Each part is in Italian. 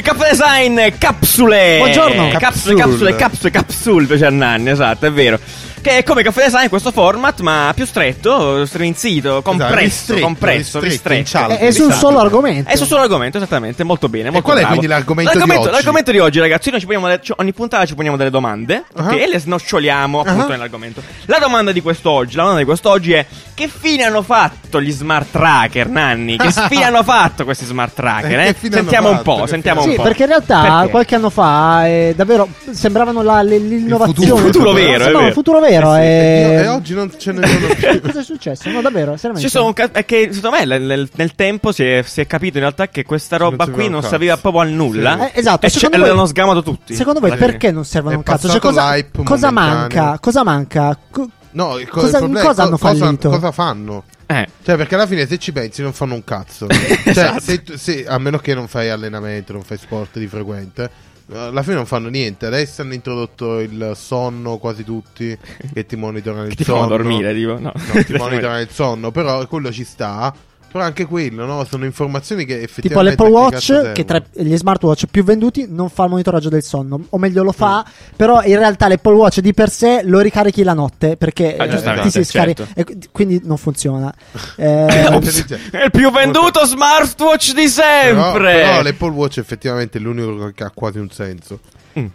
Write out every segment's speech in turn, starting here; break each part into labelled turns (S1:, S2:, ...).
S1: design capsule.
S2: Buongiorno.
S1: Capsule, capsule, capsule, capsule, piace a Nanni, esatto, è vero. Che è come caffè design questo format, ma più stretto, strinzito, compresso,
S3: Esatto, ristretto,
S1: compresso,
S3: ristretto, diciamo.
S1: ristretto.
S3: incialto.
S2: Eh, È su un solo argomento.
S1: È su solo argomento, esattamente, molto bene. Molto
S3: qual è
S1: bravo.
S3: quindi l'argomento di
S1: l'argomento,
S3: oggi?
S1: l'argomento di oggi, ragazzi, noi ci poniamo delle- ci- ogni puntata ci poniamo delle domande ok,
S3: Ah.
S1: e le snoccioliamo appunto
S3: Ah.
S1: nell'argomento. La domanda di quest'oggi, la domanda di quest'oggi è che fine hanno fatto gli smart tracker, Nanni? Che fine hanno fatto questi smart tracker?
S3: Eh,
S1: eh?
S3: che fine
S1: Sentiamo
S3: hanno
S1: un po',
S3: fatto,
S1: sentiamo
S3: che
S1: un
S2: Sì,
S1: po'.
S2: perché in realtà
S1: Perché?
S2: qualche anno fa eh, davvero sembravano la- le- l'innovazione.
S3: futuro. Il futuro
S2: No,
S1: vero, è
S2: sembrava il
S1: vero.
S2: futuro vero.
S3: Io-
S2: eh.
S3: E oggi non ce ne sono più.
S2: Cosa è successo? No, davvero,
S1: Ci
S2: seriamente.
S1: sono un ca- è che secondo me nel- nel, nel tempo si è, si è capito in realtà che questa roba
S3: Non serviva
S1: qui
S3: un
S1: non
S3: cazzo.
S1: serviva proprio a nulla.
S2: Eh, esatto,
S1: e
S2: secondo
S1: ce-
S2: voi-
S1: l'hanno sgamato tutti.
S2: Secondo voi
S1: Alla fine.
S2: perché non servono
S3: È
S2: un cazzo? Cioè,
S3: passato
S2: cosa,
S3: l'hype
S2: cosa
S3: momentaneo.
S2: manca? Cosa manca? Co-
S3: No, il co-
S2: Cosa-
S3: il problema
S2: in cosa
S3: è
S2: hanno fallito?
S3: Cosa, fanno?
S1: Eh.
S3: Cioè, perché alla fine se ci pensi non fanno un cazzo. Cioè,
S1: Esatto.
S3: se tu- se- a meno che non fai allenamento, non fai sport di frequente, eh, alla fine non fanno niente. Adesso hanno introdotto il sonno quasi tutti, che ti monitorano il
S1: Che ti
S3: sonno.
S1: fanno dormire, tipo? No.
S3: No, ti monitorano il sonno, però quello ci sta. Però anche quello, no? Sono informazioni che effettivamente...
S2: Tipo
S3: a
S2: l'Apple
S3: che cazzo
S2: Watch, che tra
S3: servono?
S2: gli smartwatch più venduti non fa il monitoraggio del sonno, o meglio lo fa,
S1: Mm.
S2: però in realtà l'Apple Watch di per sé lo ricarichi la notte perché
S1: Ah,
S2: eh,
S1: giustamente,
S2: ti si scarica,
S1: certo.
S2: e qu- quindi non funziona. Eh,
S3: Intelligenza.
S1: È il più venduto smartwatch di
S3: Però,
S1: sempre.
S3: però l'Apple Watch effettivamente è l'unico che ha quasi un senso.
S1: Mm.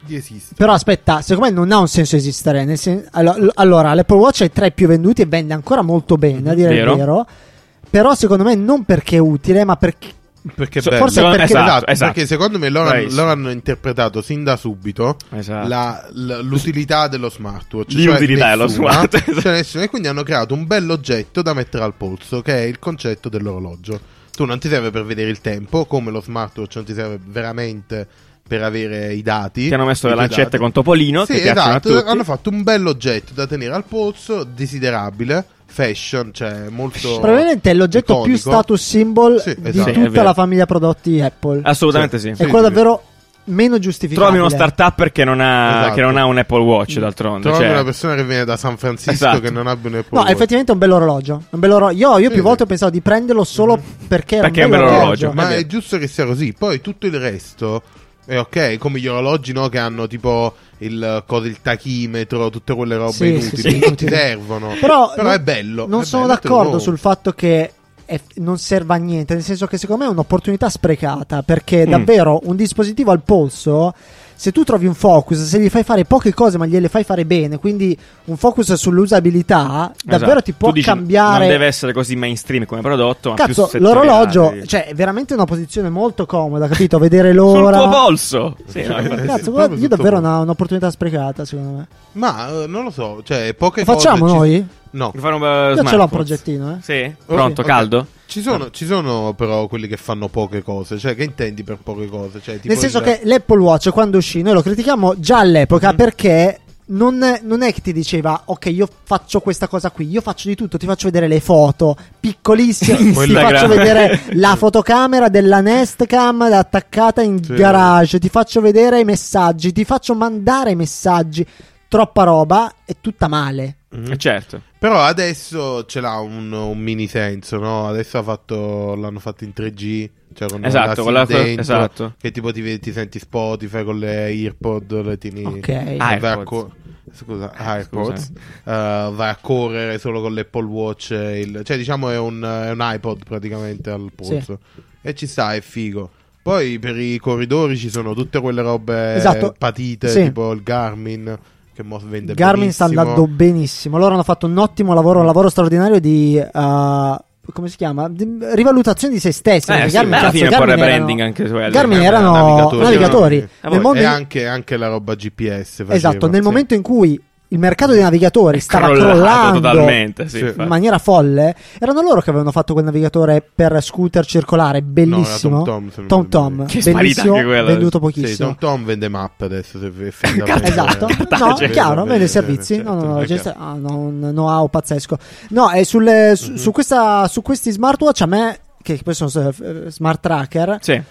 S3: Di esiste.
S2: però aspetta, secondo me non ha un senso esistere. nel sen- allo- l- allora, l'Apple Watch è tra i più venduti e vende ancora molto bene, a dire
S1: Vero.
S2: il vero. Però secondo me non perché è utile, ma perché...
S3: Cioè, Perché
S1: So-
S3: bello.
S2: forse
S1: secondo-
S2: perché-
S1: esatto,
S3: Esatto,
S1: esatto.
S3: perché secondo me loro,
S1: Bravissimo.
S3: loro hanno interpretato sin da subito
S1: Esatto.
S3: la- l- l'utilità dello smartwatch.
S1: L'utilità dello
S3: nessuna,
S1: smartwatch, esatto.
S3: Cioè nessuno, e quindi hanno creato un bell'oggetto da mettere al polso, che è il concetto dell'orologio. Tu non ti serve per vedere il tempo, come lo smartwatch non ti serve veramente per avere i dati.
S1: Ti hanno messo le
S3: i tuoi
S1: lancette
S3: dati.
S1: con Topolino,
S3: Sì,
S1: che piacciono a
S3: esatto,
S1: tutti.
S3: hanno fatto un bell'oggetto da tenere al polso, desiderabile, fashion, cioè molto...
S2: Probabilmente è l'oggetto più
S3: iconico.
S2: status symbol
S3: Sì,
S2: di
S3: esatto.
S1: Sì, è
S2: tutta
S1: vero.
S2: la famiglia prodotti Apple.
S1: Assolutamente sì.
S2: è
S3: Sì,
S2: quello
S3: sì.
S2: davvero meno giustificato.
S1: Trovi uno startup che non ha
S3: Esatto. Mm.
S1: che non ha un Apple Watch d'altronde,
S3: Trovi
S1: cioè-
S3: una persona che viene da San Francisco
S1: Esatto.
S3: che non abbia un Apple
S2: No,
S3: Watch.
S2: effettivamente è un bell'orologio. Un bell'orologio. Io, io
S3: Sì,
S2: più
S3: sì.
S2: volte ho pensato di prenderlo solo perché era
S1: Mm. Perché è
S2: un
S1: un
S2: bell'orologio.
S1: bell'orologio.
S3: Ma
S1: Eh
S3: è
S1: beh.
S3: giusto che sia così. Poi tutto il resto è ok, come gli orologi no, che hanno tipo il, eh, cosa, il tachimetro, tutte quelle robe
S2: Sì,
S3: inutili,
S2: sì, sì,
S3: non ti
S2: inutili.
S3: servono.
S2: Però, non-
S3: è bello.
S2: Non
S3: è
S2: sono
S3: bello,
S2: d'accordo
S3: te lo-
S2: sul fatto che è- non serva a niente. Nel senso che secondo me è un'opportunità sprecata. Perché
S1: Mm.
S2: davvero un dispositivo al polso. Se tu trovi un focus, se gli fai fare poche cose, ma gliele fai fare bene, quindi un focus sull'usabilità, davvero
S1: Esatto.
S2: ti può
S1: Tu dici,
S2: cambiare.
S1: Non deve essere così mainstream come prodotto, ma
S2: Cazzo,
S1: più
S2: l'orologio,
S1: settoriale.
S2: cioè, è veramente una posizione molto comoda, capito? Vedere
S1: sul
S2: l'ora.
S1: tuo polso. Sì, no, infatti.
S3: Eh, sì,
S2: Cazzo, guarda,
S3: proprio
S2: io
S3: tutto
S2: davvero
S3: quello.
S2: una, un'opportunità sprecata, secondo me.
S3: Ma eh, non lo so, cioè poche
S2: Lo facciamo
S3: cose ci-
S2: noi?
S3: No.
S1: Vuoi fare un, eh,
S2: Io ce l'ho un
S1: smartwatch?
S2: progettino, eh.
S1: Sì, pronto,
S3: Ok.
S1: caldo.
S3: Ci sono, ci sono però quelli che fanno poche cose, cioè che intendi per poche cose? Cioè, tipo
S2: Nel senso
S3: il- Mm.
S2: che l'Apple Watch quando uscì, noi lo critichiamo già all'epoca perché non, non è che ti diceva, ok, io faccio questa cosa qui, io faccio di tutto, ti faccio vedere le foto piccolissime, ti
S1: Instagram.
S2: faccio vedere la fotocamera della Nest Cam attaccata in
S3: Sì.
S2: garage, ti faccio vedere i messaggi, ti faccio mandare i messaggi, troppa roba e tutta male.
S3: Mm.
S1: Eh, Certo.
S3: Però adesso ce l'ha un, un mini senso, no? Adesso ha fatto- l'hanno fatto in 3G, cioè con
S1: Esatto,
S3: la SIM
S1: con la-
S3: dentro,
S1: esatto.
S3: che tipo ti, vedi- ti senti Spotify con le earpod, le tieni...
S2: Ok.
S1: Ah,
S3: vai a
S1: AirPods.
S3: co- scusa,
S1: Eh,
S3: AirPods.
S1: scusa.
S3: Eh, vai a correre solo con l'Apple Watch, e il- cioè diciamo è un, è un iPod praticamente al polso. E ci sta, è figo. Poi per i corridori ci sono tutte quelle robe
S2: Esatto.
S3: patite,
S2: Sì.
S3: tipo il Garmin, che mo vende
S2: Garmin sta
S3: benissimo. Mm.
S2: andando benissimo. Loro hanno fatto un ottimo lavoro, un lavoro straordinario di. eh, come si chiama? Di- rivalutazione di se stessi.
S1: Eh,
S2: perché
S1: sì, ma alla fine è un po' rebranding
S2: erano-
S1: anche quello.
S2: Garmin
S1: Eh,
S2: erano navigatori.
S1: Ah,
S3: navigatori.
S2: Nel
S1: poi-
S2: mondo
S3: E
S2: in-
S3: anche, anche la roba GPS. Faceva,
S2: esatto, nel
S3: sì.
S2: momento in cui il mercato dei navigatori stava
S1: Crollato
S2: crollando
S1: totalmente, sì,
S3: Sì.
S1: infatti.
S2: in maniera folle, erano loro che avevano fatto quel navigatore per scooter circolare, bellissimo.
S3: No, era TomTom, se non
S2: Tom Tom,
S3: sbaglio.
S1: Che sparita
S2: bellissimo,
S1: anche quella.
S2: venduto
S3: Sì,
S2: pochissimo.
S3: Tom Tom vende mappe adesso. Se è finalmente-
S2: Esatto, no,
S1: Cartaceo.
S2: chiaro,
S3: Vende-
S2: vende servizi,
S3: certo,
S2: no, no, no,
S3: è
S2: gest-
S3: chiaro.
S2: ah,
S1: Mm-hmm.
S2: no, un know-how pazzesco. No, e sul- su, su questa- su questi smartwatch a me che poi sono eh, smart tracker,
S1: Sì.
S2: eh,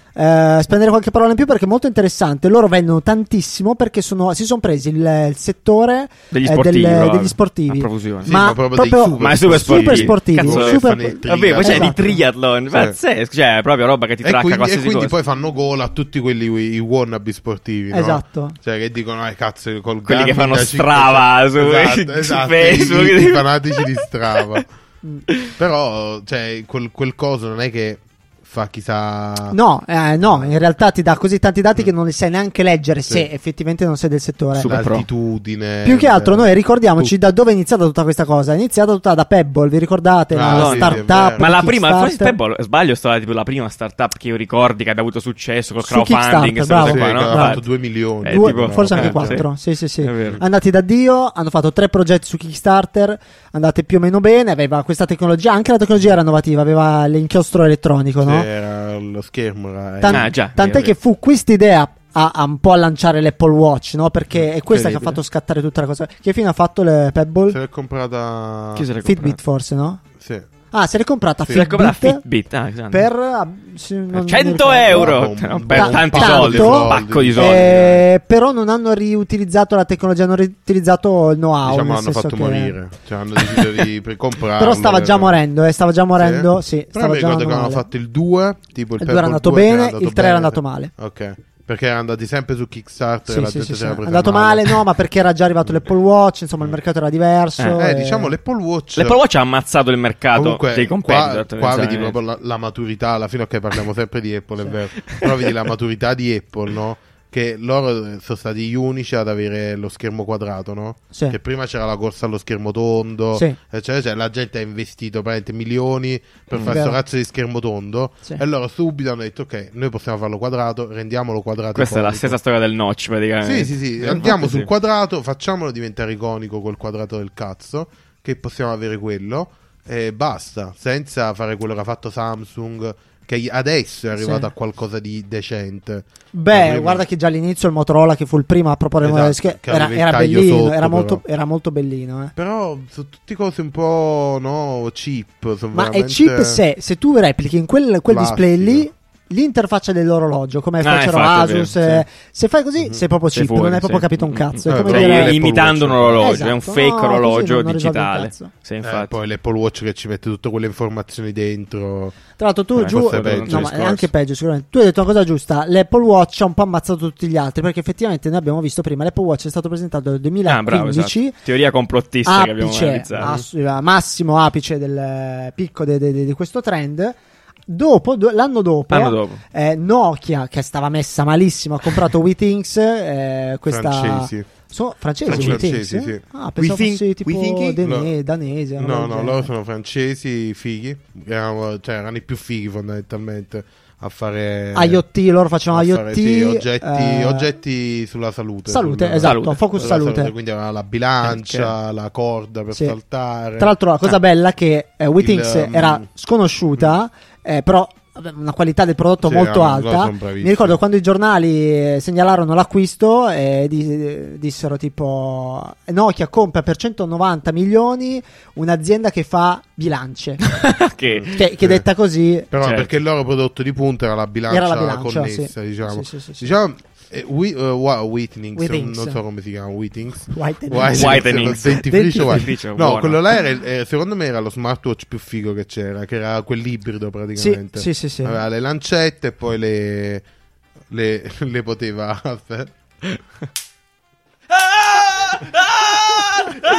S2: spendere qualche parola in più perché è molto interessante. Loro vendono tantissimo perché sono- si sono presi il, il settore
S1: Degli
S2: eh,
S1: sportivi,
S2: delle-
S1: loro,
S2: degli sportivi.
S1: a profusione.
S3: Sì, ma proprio dei super-
S1: Ma è super sportivi.
S2: super sportivi,
S1: Cazzo,
S2: super-
S3: fanno il triathlon.
S1: Vabbè, poi c'è di
S2: Esatto.
S1: triathlon,
S3: Sì.
S1: pazzesco, cioè, è proprio roba che ti
S3: E
S1: tracca
S3: quindi, e
S1: qualsiasi
S3: quindi
S1: cosa.
S3: poi fanno gola a tutti quelli i wannabe sportivi, no?
S2: Esatto.
S3: Cioè che dicono, eh cazzo, col
S1: Quelli che
S3: Garmin
S1: fanno
S3: da
S1: Strava
S3: 500".
S1: su-
S3: Esatto,
S1: su
S3: esatto,
S1: Facebook.
S3: i, i fanatici di Strava.
S2: Mm.
S3: Però, cioè, quel, quel coso non è che fa chissà...
S2: No, eh, no, in realtà ti dà così tanti dati che non li sai neanche leggere
S3: Sì.
S2: se effettivamente non sei del settore.
S1: Mm. Super pro.
S3: l'altitudine.
S1: Eh,
S2: Più che altro noi ricordiamoci
S3: Tutto.
S2: da dove è iniziata tutta questa cosa. È iniziata tutta da Pebble, vi ricordate?
S3: Ah,
S2: una
S1: sì,
S3: sì, è
S2: startup.
S3: vero.
S1: Ma la prima,
S2: Kickstarter.
S1: forse Pebble, sbaglio, è stata tipo la prima startup che io ricordi che ha avuto successo col
S2: Su
S1: crowdfunding.
S2: Kickstarter,
S1: queste cose
S2: bravo.
S1: qua,
S3: Sì, esatto,
S1: no?
S3: che ha
S1: Infatti.
S3: fatto 2 milioni.
S1: Eh,
S2: Due,
S1: tipo-
S2: forse anche
S1: eh,
S2: quattro. Sì, sì, sì.
S1: È vero.
S2: Andati da Dio, hanno fatto tre progetti su Kickstarter, andate più o meno bene. Aveva questa tecnologia, anche la tecnologia era innovativa, aveva l'inchiostro elettronico,
S3: Sì,
S2: no?
S1: eh,
S3: era lo schermo. eh, Era...
S2: Tan-
S1: Ah, già,
S2: tant'è
S1: vero,
S2: che fu questa idea a, a un po' a lanciare l'Apple Watch, no? Perché è questa che ha
S1: Incredibile.
S2: fatto scattare tutta la cosa. Che fine ha fatto le Pebble?
S3: Se l'è comprata...
S1: Chi se l'è
S2: Fitbit,
S1: comprata?
S2: forse, no?
S3: Sì.
S2: Ah, se l'è comprata
S3: Sì.
S1: Se l'è comprata
S2: Fitbit
S1: Fitbit. Ah, esatto.
S2: per ah, se non- non
S1: 100
S2: ricordo.
S1: euro.
S3: Un-
S1: Non
S2: un
S1: per tanti
S2: pacco
S1: soldi,
S2: di
S1: un
S2: soldi.
S1: pacco di soldi.
S2: Eh, però non hanno riutilizzato la tecnologia, hanno riutilizzato il know-how.
S3: diciamo
S2: Ah, nel
S3: l'hanno
S2: senso
S3: fatto
S2: che-
S3: morire. Cioè, hanno deciso di per comprarlo.
S2: Però stava già
S3: per-
S2: morendo, eh, stava già morendo. Sì,
S3: Però
S2: stava
S3: mi
S2: già
S3: ricordo che
S2: male.
S3: avevano fatto il 2, tipo il,
S2: Il due era
S3: Pebble
S2: andato
S3: 2 che
S2: bene, il 3 era andato male.
S3: Ok. Perché erano andati sempre su Kickstarter e
S2: Sì,
S3: la
S2: sì,
S3: gente
S2: sì,
S3: si
S2: sì.
S3: era
S2: È
S3: presa
S2: andato male, no, ma perché era già arrivato l'Apple Watch, insomma il mercato era diverso.
S3: Eh,
S2: e-
S3: diciamo l'Apple Watch.
S1: L'Apple Watch ha ammazzato il mercato
S3: Comunque,
S1: dei
S3: qua,
S1: competitor. cioè,
S3: qua vedi
S1: tendenzialmente.
S3: proprio la, la maturità, alla fine ok parliamo sempre di Apple, è
S2: Sì.
S3: vero, però vedi la maturità di Apple, no? Che loro eh, sono stati gli unici ad avere lo schermo quadrato, no?
S2: Sì.
S3: Che prima c'era la corsa allo schermo tondo,
S2: Sì.
S3: eccetera, eccetera. la gente ha investito praticamente milioni per fare
S2: Mm. Vero.
S3: sto razzo di schermo tondo
S2: Sì.
S3: e loro subito hanno detto ok, noi possiamo farlo quadrato, rendiamolo quadrato.
S1: Questa è la
S3: iconico.
S1: stessa storia del notch, praticamente.
S3: Sì, sì, sì,
S1: Eh,
S3: andiamo
S1: infatti
S3: sul
S1: sì.
S3: quadrato, facciamolo diventare iconico col quadrato del cazzo, che possiamo avere quello e basta, senza fare quello che ha fatto Samsung, che adesso è arrivato
S2: Sì.
S3: a qualcosa di decente.
S2: Beh,
S3: La prima-
S2: guarda che già all'inizio il Motorola che fu il primo a proporre il
S3: Esatto,
S2: modello di
S3: che
S2: schermo, era,
S3: aveva il
S2: era
S3: taglio
S2: bellino,
S3: sotto,
S2: era, molto,
S3: però.
S2: era molto bellino. eh.
S3: Però sono tutte cose un po' no, cheap. sono
S2: Ma
S3: veramente-
S2: è cheap se, se tu replichi in quel, quel display lì l'interfaccia dell'orologio, come
S1: Ah,
S2: facevano
S1: infatti, è vero,
S2: Asus.
S1: sì.
S2: eh, Se fai
S3: Mhm.
S2: così, sei proprio
S1: Sei
S2: cheap,
S1: fuori,
S2: non hai
S1: sì.
S2: proprio capito un
S1: Mm,
S2: cazzo.
S3: mm,
S2: È
S3: mm.
S2: come
S3: Cioè,
S2: dire,
S3: io le-
S1: imitando un orologio, è un
S2: Esatto,
S1: fake
S2: no, così
S1: orologio
S2: non- non risolve un
S1: digitale.
S2: cazzo.
S1: Sì,
S3: Eh,
S1: infatti.
S3: poi l'Apple Watch che ci mette tutte quelle informazioni dentro.
S2: Tra l'altro, tu
S1: Eh,
S2: giù,
S1: questo
S3: è peggio,
S2: no, ma è
S1: discorso.
S2: anche peggio, sicuramente. Tu hai detto una cosa giusta: l'Apple Watch ha un po' ammazzato tutti gli altri, perché effettivamente noi abbiamo visto prima l'Apple Watch è stato presentato nel
S1: Ah, bravo, esatto.
S2: 2015.
S1: Teoria complottista che abbiamo
S2: apice,
S1: analizzato.
S2: ass- eh, massimo apice del eh, picco de- de- de- di questo trend. Dopo, do- l'anno dopo,
S1: L'anno dopo.
S2: eh, Nokia, che stava messa malissimo, ha comprato WeThings, eh, questa...
S3: Francesi.
S2: So- francesi,
S3: Francesi,
S2: WeThings?
S3: sì, sì.
S2: Ah, pensavo
S1: We think-
S2: fosse tipo
S1: we thinking?
S2: dene-
S3: No.
S2: danese. una roba
S3: No,
S2: del
S3: no,
S2: genere.
S3: loro sono francesi fighi, erano, cioè, erano i più fighi fondamentalmente a fare
S2: IoT, loro facevano
S3: a
S2: IoT.
S3: fare, sì, oggetti,
S2: eh,
S3: oggetti sulla salute.
S2: Salute,
S3: sulla-
S2: esatto,
S1: Salute.
S2: focus
S3: sulla
S2: salute.
S3: Quindi aveva la bilancia, la corda per
S2: Sì.
S3: saltare.
S2: Tra l'altro, la cosa
S1: Ah.
S2: bella è che eh, WeThings
S3: Il, um,
S2: era sconosciuta, eh, però vabbè, una qualità del prodotto
S3: Sì,
S2: molto
S3: ah, loro
S2: alta.
S3: sono bravissimi.
S2: Mi ricordo quando i giornali eh, segnalarono l'acquisto eh, di- dissero tipo Nokia compra per 190 milioni un'azienda che fa bilance,
S1: che
S2: che, che detta così
S3: Però
S1: Certo.
S3: perché il loro prodotto di punta era la bilancia,
S2: era la bilancia.
S3: connessa,
S2: sì.
S3: diciamo.
S2: Sì, sì, sì, sì.
S3: Diciamo, eh, Wi- eh, Wa- Whitnings,
S2: Whitnings.
S3: non so come si chiama, Whitnings.
S2: White and-
S3: Whitenings,
S1: Whitenings.
S3: lo dentifricio White.
S1: Dentifricio,
S3: No,
S1: buono.
S3: quello là era, il- eh, secondo me era lo smartwatch più figo che c'era, che era quell'ibrido praticamente.
S2: Sì, sì, sì, sì.
S3: Aveva le lancette e poi le, le, le poteva...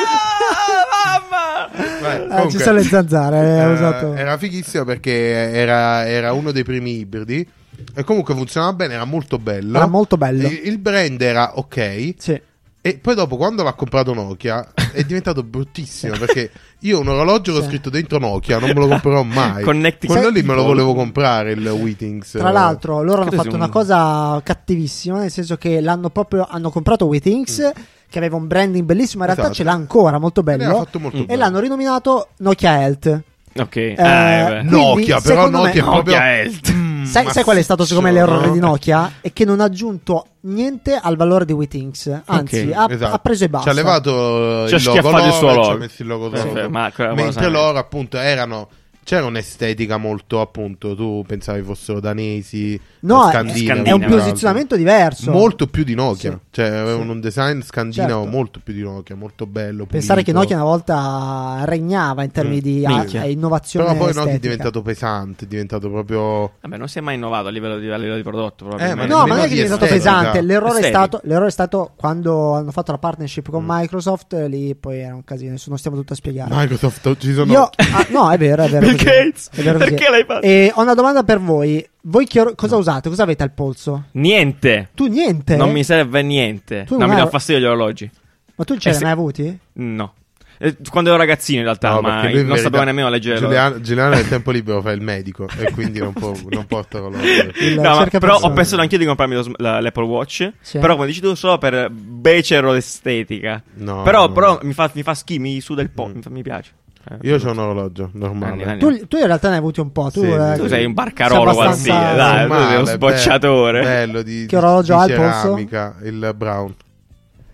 S2: Ah,
S1: Ah,
S3: Vai,
S2: Ah,
S3: comunque,
S2: ci sono le zanzare, eh, ho
S3: eh,
S2: usato-
S3: Era fighissimo perché era, era uno dei primi ibridi e comunque funzionava bene, era molto bello.
S2: Era molto bello.
S3: Il, il brand era ok.
S2: Sì.
S3: E poi dopo, quando l'ha comprato Nokia, è diventato bruttissimo perché io un orologio che ho
S2: Sì.
S3: scritto dentro Nokia, non me lo comprerò mai.
S1: Connecting
S3: Quello lì
S1: people.
S3: me lo volevo comprare, il Witings.
S2: Tra l'altro, loro hanno
S1: credo
S2: fatto
S1: sia un-
S2: una cosa cattivissima, nel senso che l'hanno proprio hanno comprato WeThings,
S1: Mm.
S2: che aveva un branding bellissimo, in realtà
S3: Esatto.
S2: ce l'ha ancora, molto
S3: E ne ha
S2: bello,
S3: fatto molto
S1: Mm.
S2: e
S3: bene.
S2: l'hanno rinominato Nokia Health.
S1: Ok.
S2: Eh,
S1: ah, eh, beh.
S2: quindi,
S3: Nokia, però
S2: secondo me-
S3: Nokia è proprio.
S1: Nokia Health.
S3: Mm,
S2: Sai, sai qual è stato secondo me
S3: massiccio,
S2: l'errore
S3: no?
S2: di Nokia? È che non ha aggiunto niente al valore di WeThings, anzi
S1: Ok,
S2: ha,
S3: Esatto.
S2: ha preso e basta.
S3: Ci ha levato eh,
S1: Ci ha
S3: il logo
S1: schiaffato il
S3: loro,
S1: suo
S3: e Ci ha
S1: logo.
S3: messo il logo
S1: Sì,
S3: loro.
S1: ma- quello lo
S3: Mentre
S1: sai.
S3: loro, appunto, erano C'era un'estetica molto appunto, tu pensavi fossero danesi,
S2: No, è,
S3: scandinavi,
S1: scandinavo,
S2: è un
S3: tra l'altro.
S2: posizionavevano diverso.
S3: esatto. molto più di Nokia,
S2: Sì.
S3: cioè avevano
S2: Sì.
S3: un design scandinavo
S2: Certo.
S3: molto più di Nokia, molto bello.
S2: Pensare che
S3: pulito.
S2: Nokia una volta regnava in termini
S3: Mm,
S2: di a-
S1: minchia.
S2: a innovazione.
S3: Però poi Nokia è
S2: estetica.
S3: diventato pesante, è diventato proprio
S1: Vabbè, non si è mai innovato a livello di, a livello di prodotto.
S3: Eh, ma
S1: probabilmente.
S2: No, ma non è
S3: Di
S2: che è diventato
S3: estetica.
S2: pesante. L'errore è,
S1: Estetica.
S2: stato, l'errore è stato quando hanno fatto la partnership con
S3: Mm.
S2: Microsoft. eh, Lì poi era un casino. adesso Non stiamo tutto a spiegare.
S3: Microsoft, ci sono
S2: Io, ah, no, è vero, è vero.
S1: Bill
S2: così.
S1: Gates,
S2: È vero così.
S1: perché l'hai fatto?
S2: E ho una domanda per voi. Voi che or- cosa usate? Cosa avete al polso?
S1: Niente.
S2: Tu niente?
S1: Non mi serve a niente.
S2: Tu
S1: no,
S2: non
S1: mi
S2: hai-
S1: dà fastidio gli orologi.
S2: Ma tu ce
S1: Eh,
S2: l'hai
S1: se-
S2: mai avuti?
S1: No. Eh, Quando ero ragazzino, in realtà,
S3: No,
S1: ma
S3: perché lui in
S1: non sapevo
S3: verità-
S1: nemmeno leggere.
S3: Giuliano, Giuliano nel tempo libero fa il medico e quindi non, può, non porta con loro.
S2: Il-
S1: No, ma-
S2: cerca
S1: però ho
S2: persone.
S1: pensato anch'io di comprarmi lo sm- la- l'Apple Watch.
S2: Sì.
S1: Però, come dici tu, solo per becero l'estetica.
S3: No,
S1: però
S3: no.
S1: però mi, fa, mi fa schifo, mi suda il po'.
S3: Mm.
S1: Mi, fa- mi piace. Eh,
S3: Io ho un orologio
S1: Anni,
S3: normale.
S1: anni.
S2: Tu, tu in realtà ne hai avuti un po'. Tu,
S3: Sì,
S2: eh,
S3: sì.
S1: tu sei un
S2: sei
S1: barcarolo
S2: abbastanza-
S1: qualsiese, dai, tu
S3: Ah, Normale,
S1: sei uno
S3: be-
S1: sbocciatore.
S3: Bello di,
S2: Che orologio
S3: di
S2: ha il
S3: ceramica, il brown.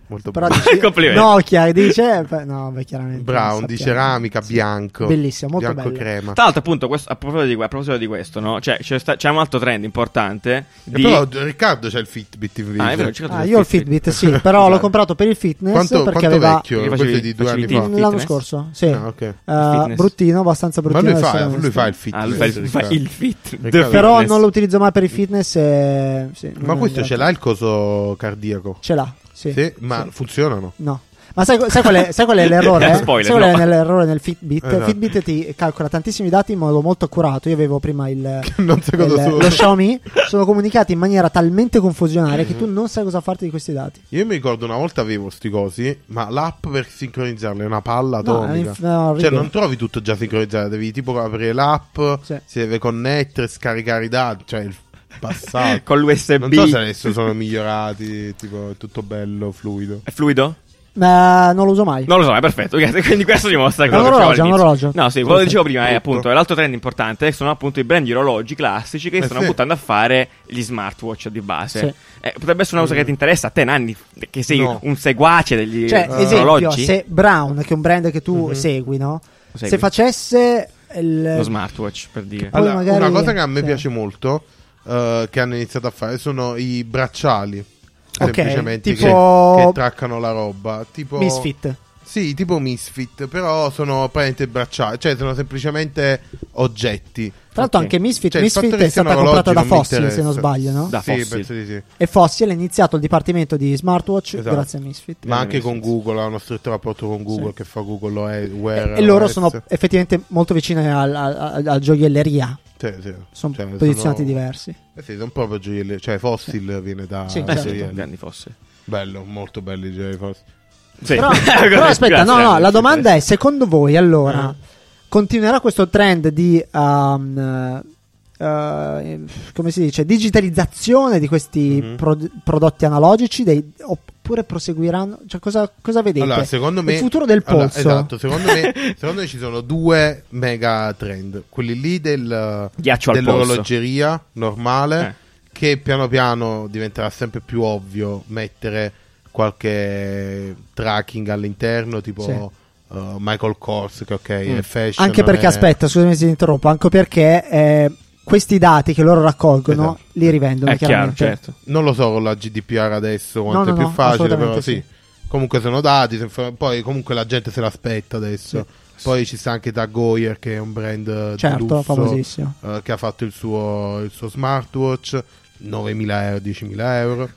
S3: Molto
S2: Però
S3: bello.
S2: dici,
S1: Complimenti.
S2: Nokia dice beh, no, beh, chiaramente
S3: Brown di ceramica bianco.
S2: Bellissimo, molto
S3: bianco
S2: bello.
S3: crema.
S1: Tra l'altro, appunto, questo- a, proposito di, que- a proposito di questo, no? Cioè, c'è, sta- c'è un altro trend importante.
S3: E
S1: Di...
S3: Eh, Però Riccardo c'ha il Fitbit invece.
S1: Ah, è vero, ho cercato
S2: Ah,
S1: il
S2: io ho il
S1: Fitbit.
S2: Fitbit, sì, però l'ho
S1: Esatto.
S2: comprato per il fitness
S3: Quanto,
S2: perché
S3: quanto
S2: aveva
S3: vecchio?
S1: Perché
S3: Questo è
S1: facevi-
S3: di due
S1: facevi
S3: anni
S1: i
S3: fa.
S1: fitness?
S2: l'anno scorso, sì.
S3: Ah, ok.
S2: Eh,
S1: fitness.
S2: bruttino, abbastanza
S3: Ma
S2: bruttino.
S3: lui
S2: adesso
S3: fa,
S2: non-
S3: lui fa il Fitbit.
S1: Ah, lui fa il, fa il fit.
S3: Riccardo.
S1: The
S2: Però
S1: fitness.
S2: non lo utilizzo mai per il fitness. eh, sì, non
S3: Ma
S2: è
S3: questo
S2: grato.
S3: ce l'ha il coso cardiaco?
S2: Ce l'ha, sì.
S3: Sì, ma
S2: Sì.
S3: funzionano.
S2: No. Ma sai, sai qual è, sai qual è l'errore? eh?
S1: Spoiler,
S2: sai qual è
S1: no.
S2: l'errore nel Fitbit?
S3: Esatto.
S2: Fitbit ti calcola tantissimi dati in modo molto accurato. Io avevo prima il,
S3: Non so
S2: il-
S3: cosa
S2: lo
S3: sono.
S2: Xiaomi, sono comunicati in maniera talmente
S3: Mm-hmm.
S2: confusionaria che tu non sai cosa farti di questi dati.
S3: Io mi ricordo una volta avevo sti cosi, ma l'app per sincronizzarli è una palla
S2: No, è
S3: atomica.
S2: inf- no,
S3: cioè,
S2: ridere.
S3: non trovi tutto già sincronizzato, devi tipo aprire l'app,
S2: Sì.
S3: si deve connettere, scaricare i dati, cioè il passato.
S1: Con l'USB.
S3: non so se adesso sono migliorati, tipo è tutto bello, fluido.
S1: È fluido?
S2: Ma non lo uso mai.
S1: Non lo so, è perfetto. grazie. Quindi questo dimostra
S2: È
S1: quello
S2: un
S1: che dicevo
S2: orologio, è un
S1: all'inizio.
S2: orologio.
S1: No, sì, quello che dicevo prima è
S3: Tutto.
S1: appunto è l'altro trend importante. Sono appunto i brand di orologi classici che
S3: Eh
S1: stanno
S3: sì.
S1: buttando a fare gli smartwatch di base.
S2: Sì.
S1: Eh, potrebbe essere una cosa che ti interessa a te, Nanni, che sei
S3: No.
S1: un seguace degli
S2: Cioè,
S1: eh,
S2: esempio,
S1: orologi.
S2: se Brown, che è un brand che tu
S3: Mhm.
S2: segui, no?
S1: Segui.
S2: Se facesse il...
S1: Lo smartwatch, per dire.
S2: Poi
S3: Allora,
S2: magari-
S3: una cosa che a me
S2: sì.
S3: piace molto, eh, che hanno iniziato a fare, sono i bracciali.
S2: Ok,
S3: semplicemente che-
S2: tipo-
S3: che, traccano la roba. Tipo...
S2: Misfit.
S3: Sì, tipo Misfit, però sono praticamente bracciali, cioè sono semplicemente oggetti.
S2: Tra l'altro
S1: Ok.
S2: anche Misfit,
S3: Cioè, il
S2: Misfit
S3: fatto che
S2: è stata
S3: siano
S2: comprata da
S3: orologi non mi
S2: Fossil, se non
S3: interessa.
S2: sbaglio, no?
S1: Da
S3: sì,
S1: Fossil.
S3: penso di sì.
S2: E Fossil ha iniziato il dipartimento di smartwatch
S3: Esatto.
S2: grazie a Misfit.
S3: Ma
S1: Eh,
S3: anche
S1: sì,
S3: con
S1: sì.
S3: Google, ha uno stretto rapporto con Google
S2: Sì.
S3: che fa Google OS, Wear
S2: E, e loro
S3: OS.
S2: sono effettivamente molto vicine al, al- al- al gioielleria.
S3: Sì, sì.
S2: Sono
S3: Cioè,
S2: posizionati
S3: sono-
S2: diversi.
S3: Eh sì, sono proprio gioielli, cioè Fossil viene da
S2: Sì,
S3: da
S2: certo.
S3: gioielli.
S1: Eh, Grandi fosse.
S3: Bello, molto belli i gioielli Fossil.
S1: Sì.
S2: Però,
S1: Cosa-
S2: però aspetta,
S1: grazie,
S2: no, no,
S1: Nanni,
S2: la
S1: sì,
S2: domanda
S1: grazie.
S2: è: secondo voi allora
S3: Eh.
S2: continuerà questo trend di um, eh, eh, come si dice digitalizzazione di questi
S3: Mhm.
S2: pro- prodotti analogici? dei- oppure proseguiranno? Cioè, cosa, cosa vedete?
S3: Allora, secondo me
S2: il futuro del
S3: Allora,
S2: polso.
S3: esatto, secondo me, secondo me ci sono due mega trend, quelli lì del
S1: Ghiaccio al polso.
S3: dell'orologeria normale
S1: Eh.
S3: che piano piano diventerà sempre più ovvio mettere qualche tracking all'interno tipo uh, Michael Kors che ok
S1: Mm.
S3: è fashion
S2: Anche perché,
S3: è-
S2: aspetta, scusami se ti interrompo, anche perché eh, questi dati che loro raccolgono
S3: Esatto.
S2: li rivendono
S1: È chiaro,
S2: chiaramente.
S1: certo.
S3: non lo so con la GDPR adesso quanto
S2: no,
S3: è più
S2: no,
S3: facile
S2: assolutamente
S3: però sì.
S2: sì.
S3: comunque sono dati se inf- poi comunque la gente se l'aspetta adesso poi ci sta anche Tag Heuer che è un brand eh, di
S2: Certo,
S3: lusso,
S2: famosissimo.
S3: eh, che ha fatto il suo, il suo smartwatch 9.000 euro 10.000 euro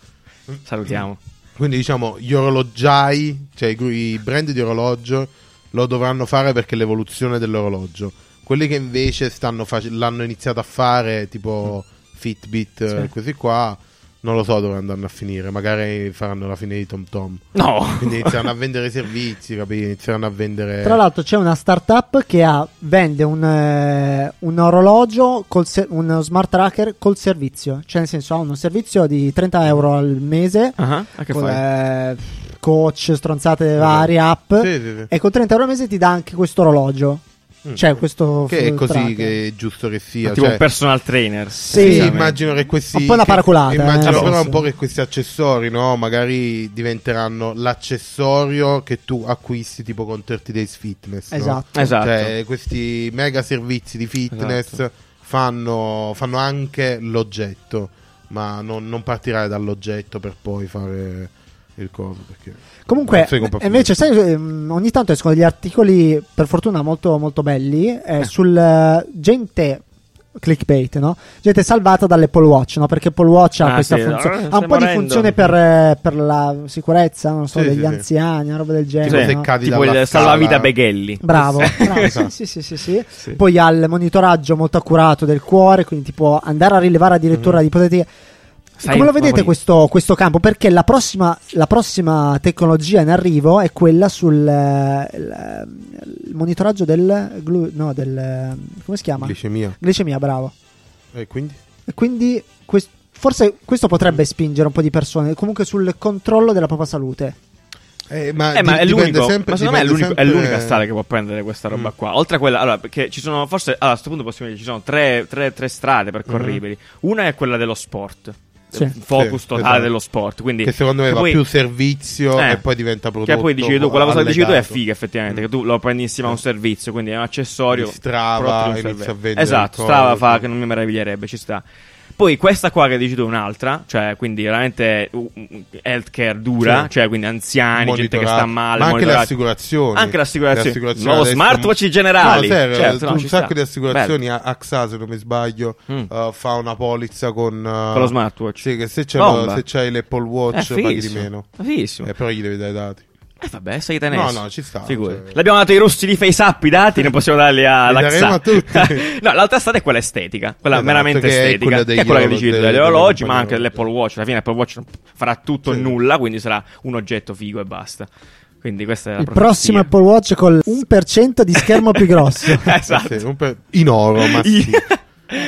S1: Salutiamo.
S3: Quindi diciamo gli orologiai, cioè i gru- i brand di orologio, lo dovranno fare perché è l'evoluzione dell'orologio. Quelli che invece stanno face- l'hanno iniziato a fare, tipo Fitbit, eh,
S2: Sì.
S3: così qua, non lo so dove andranno a finire. Magari faranno la fine di Tom Tom.
S1: No.
S3: Quindi inizieranno a vendere servizi, capito? Inizieranno a vendere...
S2: Tra l'altro c'è una startup che ha- vende un, eh, un orologio, col ser- un smart tracker col servizio, cioè nel senso ha un servizio di 30 euro al mese,
S1: Ah, ah, che
S2: con
S1: fai?
S2: eh, coach, stronzate varie app,
S3: Sì, sì, sì.
S2: e con 30 euro al mese ti dà anche questo orologio. Cioè, questo
S3: Che è
S2: f-
S3: così
S2: tracker.
S3: che è giusto che sia.
S1: tipo
S3: cioè,
S1: un personal trainer.
S2: Sì,
S3: sì,
S2: esatto.
S3: immagino che questi.
S2: Un po' una
S3: che-
S2: paraculata,
S3: Immagino
S1: eh,
S3: però
S2: sì,
S3: un
S2: sì.
S3: po' che questi accessori, no? Magari diventeranno l'accessorio che tu acquisti tipo con 30 Days Fitness. no?
S2: Esatto.
S1: Esatto.
S3: Cioè, questi mega servizi di fitness
S1: Esatto.
S3: fanno, fanno anche l'oggetto, ma non, non partirai dall'oggetto per poi fare il coso. Perché
S2: Comunque,
S3: Non sei compatibile.
S2: eh, invece, sai, ehm, ogni tanto escono degli articoli, per fortuna molto, molto belli, eh, sul eh, gente clickbait, no? Gente salvata dall'Apple Watch, no? Perché Apple Watch ha
S1: Ah,
S2: questa
S1: sì,
S2: funzione,
S1: eh,
S2: ha un
S1: stai
S2: po' di
S1: morendo.
S2: funzione per, eh, per la sicurezza, non so,
S3: Sì,
S2: degli
S3: sì, sì.
S2: anziani, una roba del
S1: Sì,
S2: genere. no?
S3: se cadi
S1: tipo
S3: dalla
S1: il
S3: scala-
S1: salvavita Beghelli.
S2: Bravo, bravo,
S3: Esatto.
S2: sì, sì, sì, sì.
S1: Sì.
S2: Poi ha il monitoraggio molto accurato del cuore, quindi tipo andare a rilevare addirittura di ipotetiche.
S1: Mm. Sai,
S2: Come lo
S1: mamma
S2: vedete
S1: mia.
S2: questo, questo campo? Perché la prossima, la prossima tecnologia in arrivo è quella sul eh, il, eh, il monitoraggio del, glu- no, del eh, come si chiama?
S3: Glicemia.
S2: Glicemia, bravo.
S3: E quindi?
S2: E quindi quest- forse questo potrebbe spingere un po' di persone, comunque sul controllo della propria salute.
S3: Eh, ma,
S1: Eh, ma
S3: di-
S1: è
S3: dipende
S1: l'unico,
S3: sempre-
S1: ma secondo me è,
S3: dipende
S1: l'unico- è
S3: sempre-
S1: l'unica strada che può prendere questa roba
S3: Mm.
S1: qua. Oltre a quella, allora, perché ci sono, forse allora, a questo punto possiamo dire ci sono tre, tre- tre strade percorribili. Una è quella dello sport,
S2: Sì.
S1: il focus
S3: Mm-hmm. Sì,
S1: totale
S3: esatto.
S1: dello sport. Quindi,
S3: Che secondo me
S1: che
S3: va
S1: poi-
S3: più servizio
S1: Eh,
S3: e poi diventa prodotto.
S1: Che poi dicevi tu, quella cosa che dicevi tu è
S3: allegato.
S1: figa effettivamente, che tu lo prendi insieme a un servizio, quindi è un accessorio.
S3: Di Strava,
S1: prodotto di un
S3: inizia
S1: servizio.
S3: a vendere
S1: Esatto,
S3: ancora,
S1: Strava fa
S3: sì.
S1: che non mi meraviglierebbe, ci sta. Poi questa qua che dici tu è un'altra, cioè quindi veramente uh, uh, healthcare dura,
S3: Sì.
S1: cioè quindi anziani, gente che
S3: Monitorato.
S1: sta male,
S3: ma anche le
S1: monitorati.
S3: assicurazioni
S1: Anche le assicurazioni.
S3: Le assicurazioni
S1: Nuovo
S3: adesso-
S1: smartwatch generali.
S3: no, serio,
S1: Certo, no,
S3: un
S1: ci
S3: sacco
S1: sta.
S3: di assicurazioni a- AXA se non mi sbaglio
S1: Mm.
S3: eh, fa una polizza con, eh,
S1: Con lo smartwatch.
S3: sì, che se c'è,
S1: Bomba.
S3: lo- se c'hai l'Apple Watch
S1: Eh,
S3: paghi di
S1: fighissimo.
S3: meno
S1: Fighissimo.
S3: eh, però gli devi dare i dati
S1: Eh, vabbè, sei tenesse.
S3: No, no, ci sta,
S1: Figurati.
S3: cioè.
S1: L'abbiamo dato ai russi di Face Up i dati, ne possiamo darli a
S3: Li
S1: la
S3: daremo a tutti.
S1: no, l'altra strada è quella estetica, quella
S3: Esatto,
S1: veramente
S3: che è
S1: estetica.
S3: quella
S1: Che
S3: degli
S1: è quella che
S3: orologi,
S1: dici tu,
S3: delle-
S1: degli orologi,
S3: delle
S1: ma anche
S3: compagnie.
S1: dell'Apple Watch. Alla fine l'Apple Watch non farà tutto e
S3: Sì.
S1: nulla, quindi sarà un oggetto figo e basta. Quindi questa è la
S2: Il
S1: profezia.
S2: prossimo Apple Watch con l'1% di schermo più grosso.
S1: esatto.
S3: Eh sì, un pe- in oro ma sì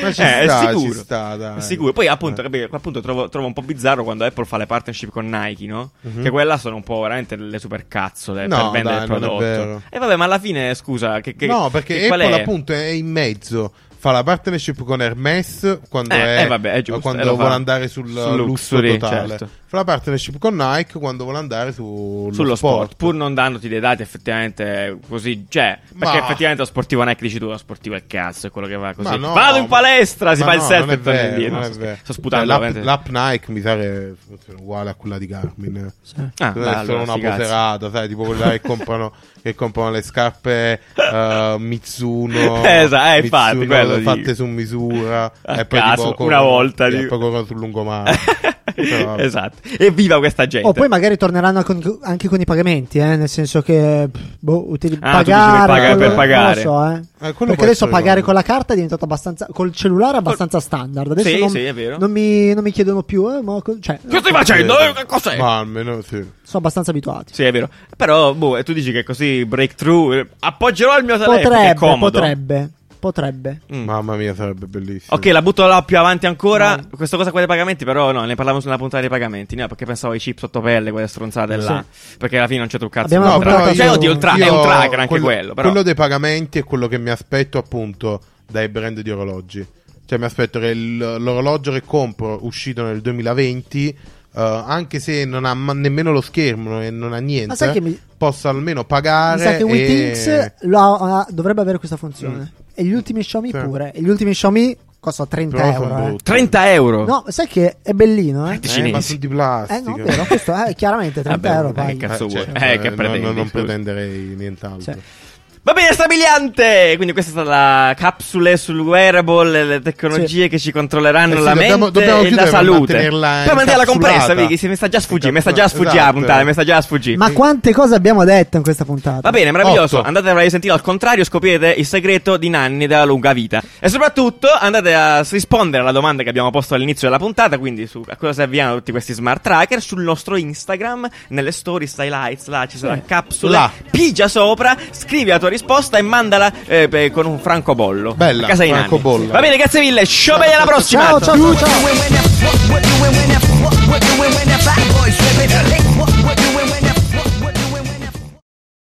S3: Ma ci
S1: Eh,
S3: sta,
S1: è sicuro.
S3: ci sta, dai.
S1: È sicuro. Poi, appunto,
S3: Eh.
S1: capire- appunto, trovo, trovo un po' bizzarro quando Apple fa le partnership con Nike, no? Che quella sono un po' veramente le supercazzole
S3: Mhm. No,
S1: per vendere
S3: dai,
S1: il
S3: non è
S1: prodotto.
S3: vero.
S1: E vabbè, ma alla fine, scusa, che, che-
S3: no, perché
S1: che qual
S3: Apple
S1: è?
S3: appunto è in mezzo. Fa la partnership con Hermes quando,
S1: Eh,
S3: è,
S1: eh, vabbè, è giusto,
S3: quando
S1: eh, lo fa.
S3: vuole andare sul,
S1: Sul
S3: lusso
S1: luxury,
S3: totale.
S1: certo.
S3: Fa la partnership con Nike quando vuole andare sullo
S1: Sullo sport.
S3: sport.
S1: pur non dandoti dei dati effettivamente così, cioè, perché
S3: Ma-
S1: effettivamente lo sportivo Nike dici tu, lo sportivo è cazzo, è quello che va così.
S3: Ma no,
S1: Vado in
S3: ma-
S1: palestra, si
S3: ma
S1: fa il
S3: no,
S1: selfie
S3: non è
S1: e torna
S3: vero,
S1: indietro.
S3: non
S1: No,
S3: è
S1: sto-
S3: vero.
S1: Sto sputando
S3: Cioè, l'app,
S1: veramente.
S3: l'app Nike mi sa che funziona uguale a quella di Garmin.
S1: Ah,
S3: Deve
S1: dai,
S3: essere
S1: allora,
S3: una
S1: sti cazzi.
S3: poserata, sai, tipo quella che comprano, che comprano le scarpe eh, Mizuno,
S1: Eh, esatto, eh, infatti,
S3: Mizuno
S1: quello dico.
S3: fatte su misura,
S1: A
S3: e poi
S1: caso,
S3: tipo,
S1: una volta,
S3: e
S1: dico.
S3: poi corrono sul lungomare. Però-
S1: esatto. Evviva questa gente.
S2: O Oh, poi magari torneranno con- anche con i pagamenti, eh, nel senso che pff, boh, utili-
S1: Ah, tu dici
S2: pagare,
S1: per pagare-
S2: quello-
S1: per pagare.
S2: Non lo so, eh.
S3: Eh, quello può
S2: Perché adesso
S3: essere
S2: pagare
S3: quello.
S2: con la carta è diventato abbastanza col cellulare è abbastanza standard. Adesso
S1: Sì,
S2: non,
S1: sì, è vero.
S2: Non, mi, non mi chiedono più, eh, ma co- cioè,
S1: Che stai facendo? Eh, che cos'è?
S3: Ma almeno sì.
S2: sono abbastanza abituati.
S1: Sì, è vero. Però, boh, e tu dici che così breakthrough. eh, Appoggerò il mio telefono. che è
S2: Potrebbe,
S1: comodo.
S2: potrebbe, potrebbe.
S1: Mm.
S3: Mamma mia, sarebbe bellissimo.
S1: Ok, la butto là più avanti ancora.
S2: No.
S1: Questa cosa qua dei pagamenti, però, no, ne parlavamo sulla puntata dei pagamenti. No, perché pensavo ai chip sotto pelle, quelle stronzate là. Perché alla fine non c'è truccato.
S2: Abbiamo
S1: no,
S2: una
S1: però,
S2: puntata
S1: cioè,
S2: su-
S1: oddio, il tra- è un
S3: io-
S1: tracker anche quello. però.
S3: dei pagamenti è quello che mi aspetto appunto dai brand di orologi. Cioè mi aspetto che il- l'orologio che compro uscito nel 2020, eh, anche se non ha ma- nemmeno lo schermo e non ha niente,
S2: Ma sai che mi-
S3: possa almeno pagare.
S2: Mi sa che
S3: e- Mm.
S2: Wittings lo ha- ha- dovrebbe avere questa funzione. E gli ultimi Xiaomi
S3: Sì.
S2: pure. E gli ultimi Xiaomi costano 30
S3: Però sono
S2: euro. eh.
S3: brutti.
S1: 30 euro.
S2: No, sai che è bellino, eh?
S1: Di
S3: Eh, ma
S1: cinesi.
S3: sono di
S2: Eh no,
S3: plastica.
S2: è vero, questo è chiaramente 30
S1: Vabbè,
S2: euro.
S1: dai,
S2: paghi.
S1: che cazzo
S3: Eh,
S1: vuoi?
S3: certo,
S1: Eh, che
S3: no,
S1: pretendi,
S3: no, non
S1: scusa.
S3: pretenderei nient'altro.
S2: Sì.
S1: Va bene, strabiliante! Quindi questa è stata la capsule sul wearable, le tecnologie che ci controlleranno
S3: Eh sì,
S1: la
S3: dobbiamo-
S1: mente
S3: dobbiamo
S1: e la
S3: chiudere per
S1: salute.
S3: mantenerla
S1: Per mantenerla compressa,
S3: incapsulata.
S1: vedi, se mi sta già sfuggendo, mi sta già
S3: Incapsulata,
S1: sfuggendo la
S3: esatto.
S1: puntata, mi sta già sfuggendo.
S2: Ma quante cose abbiamo detto in questa puntata?
S1: Va bene, meraviglioso.
S3: Otto.
S1: Andate a risentire al contrario, scoprire il segreto di Nanni della lunga vita. E soprattutto andate a rispondere alla domanda che abbiamo posto all'inizio della puntata, quindi su a cosa serviranno tutti questi smart tracker sul nostro Instagram, nelle stories, highlights, là ci sarà capsula.
S3: Là.
S1: Pigia sopra, scrivi la tua risposta e mandala eh, per- con un francobollo.
S3: Bella,
S1: a casa di Nanni.
S3: francobollo.
S1: Va bene, grazie mille. Ciao, bene, alla prossima.
S2: Ciao, ciao, ciao, ciao.
S4: doing when that, what, what doing when that, what, what doing when that fat boy slipping.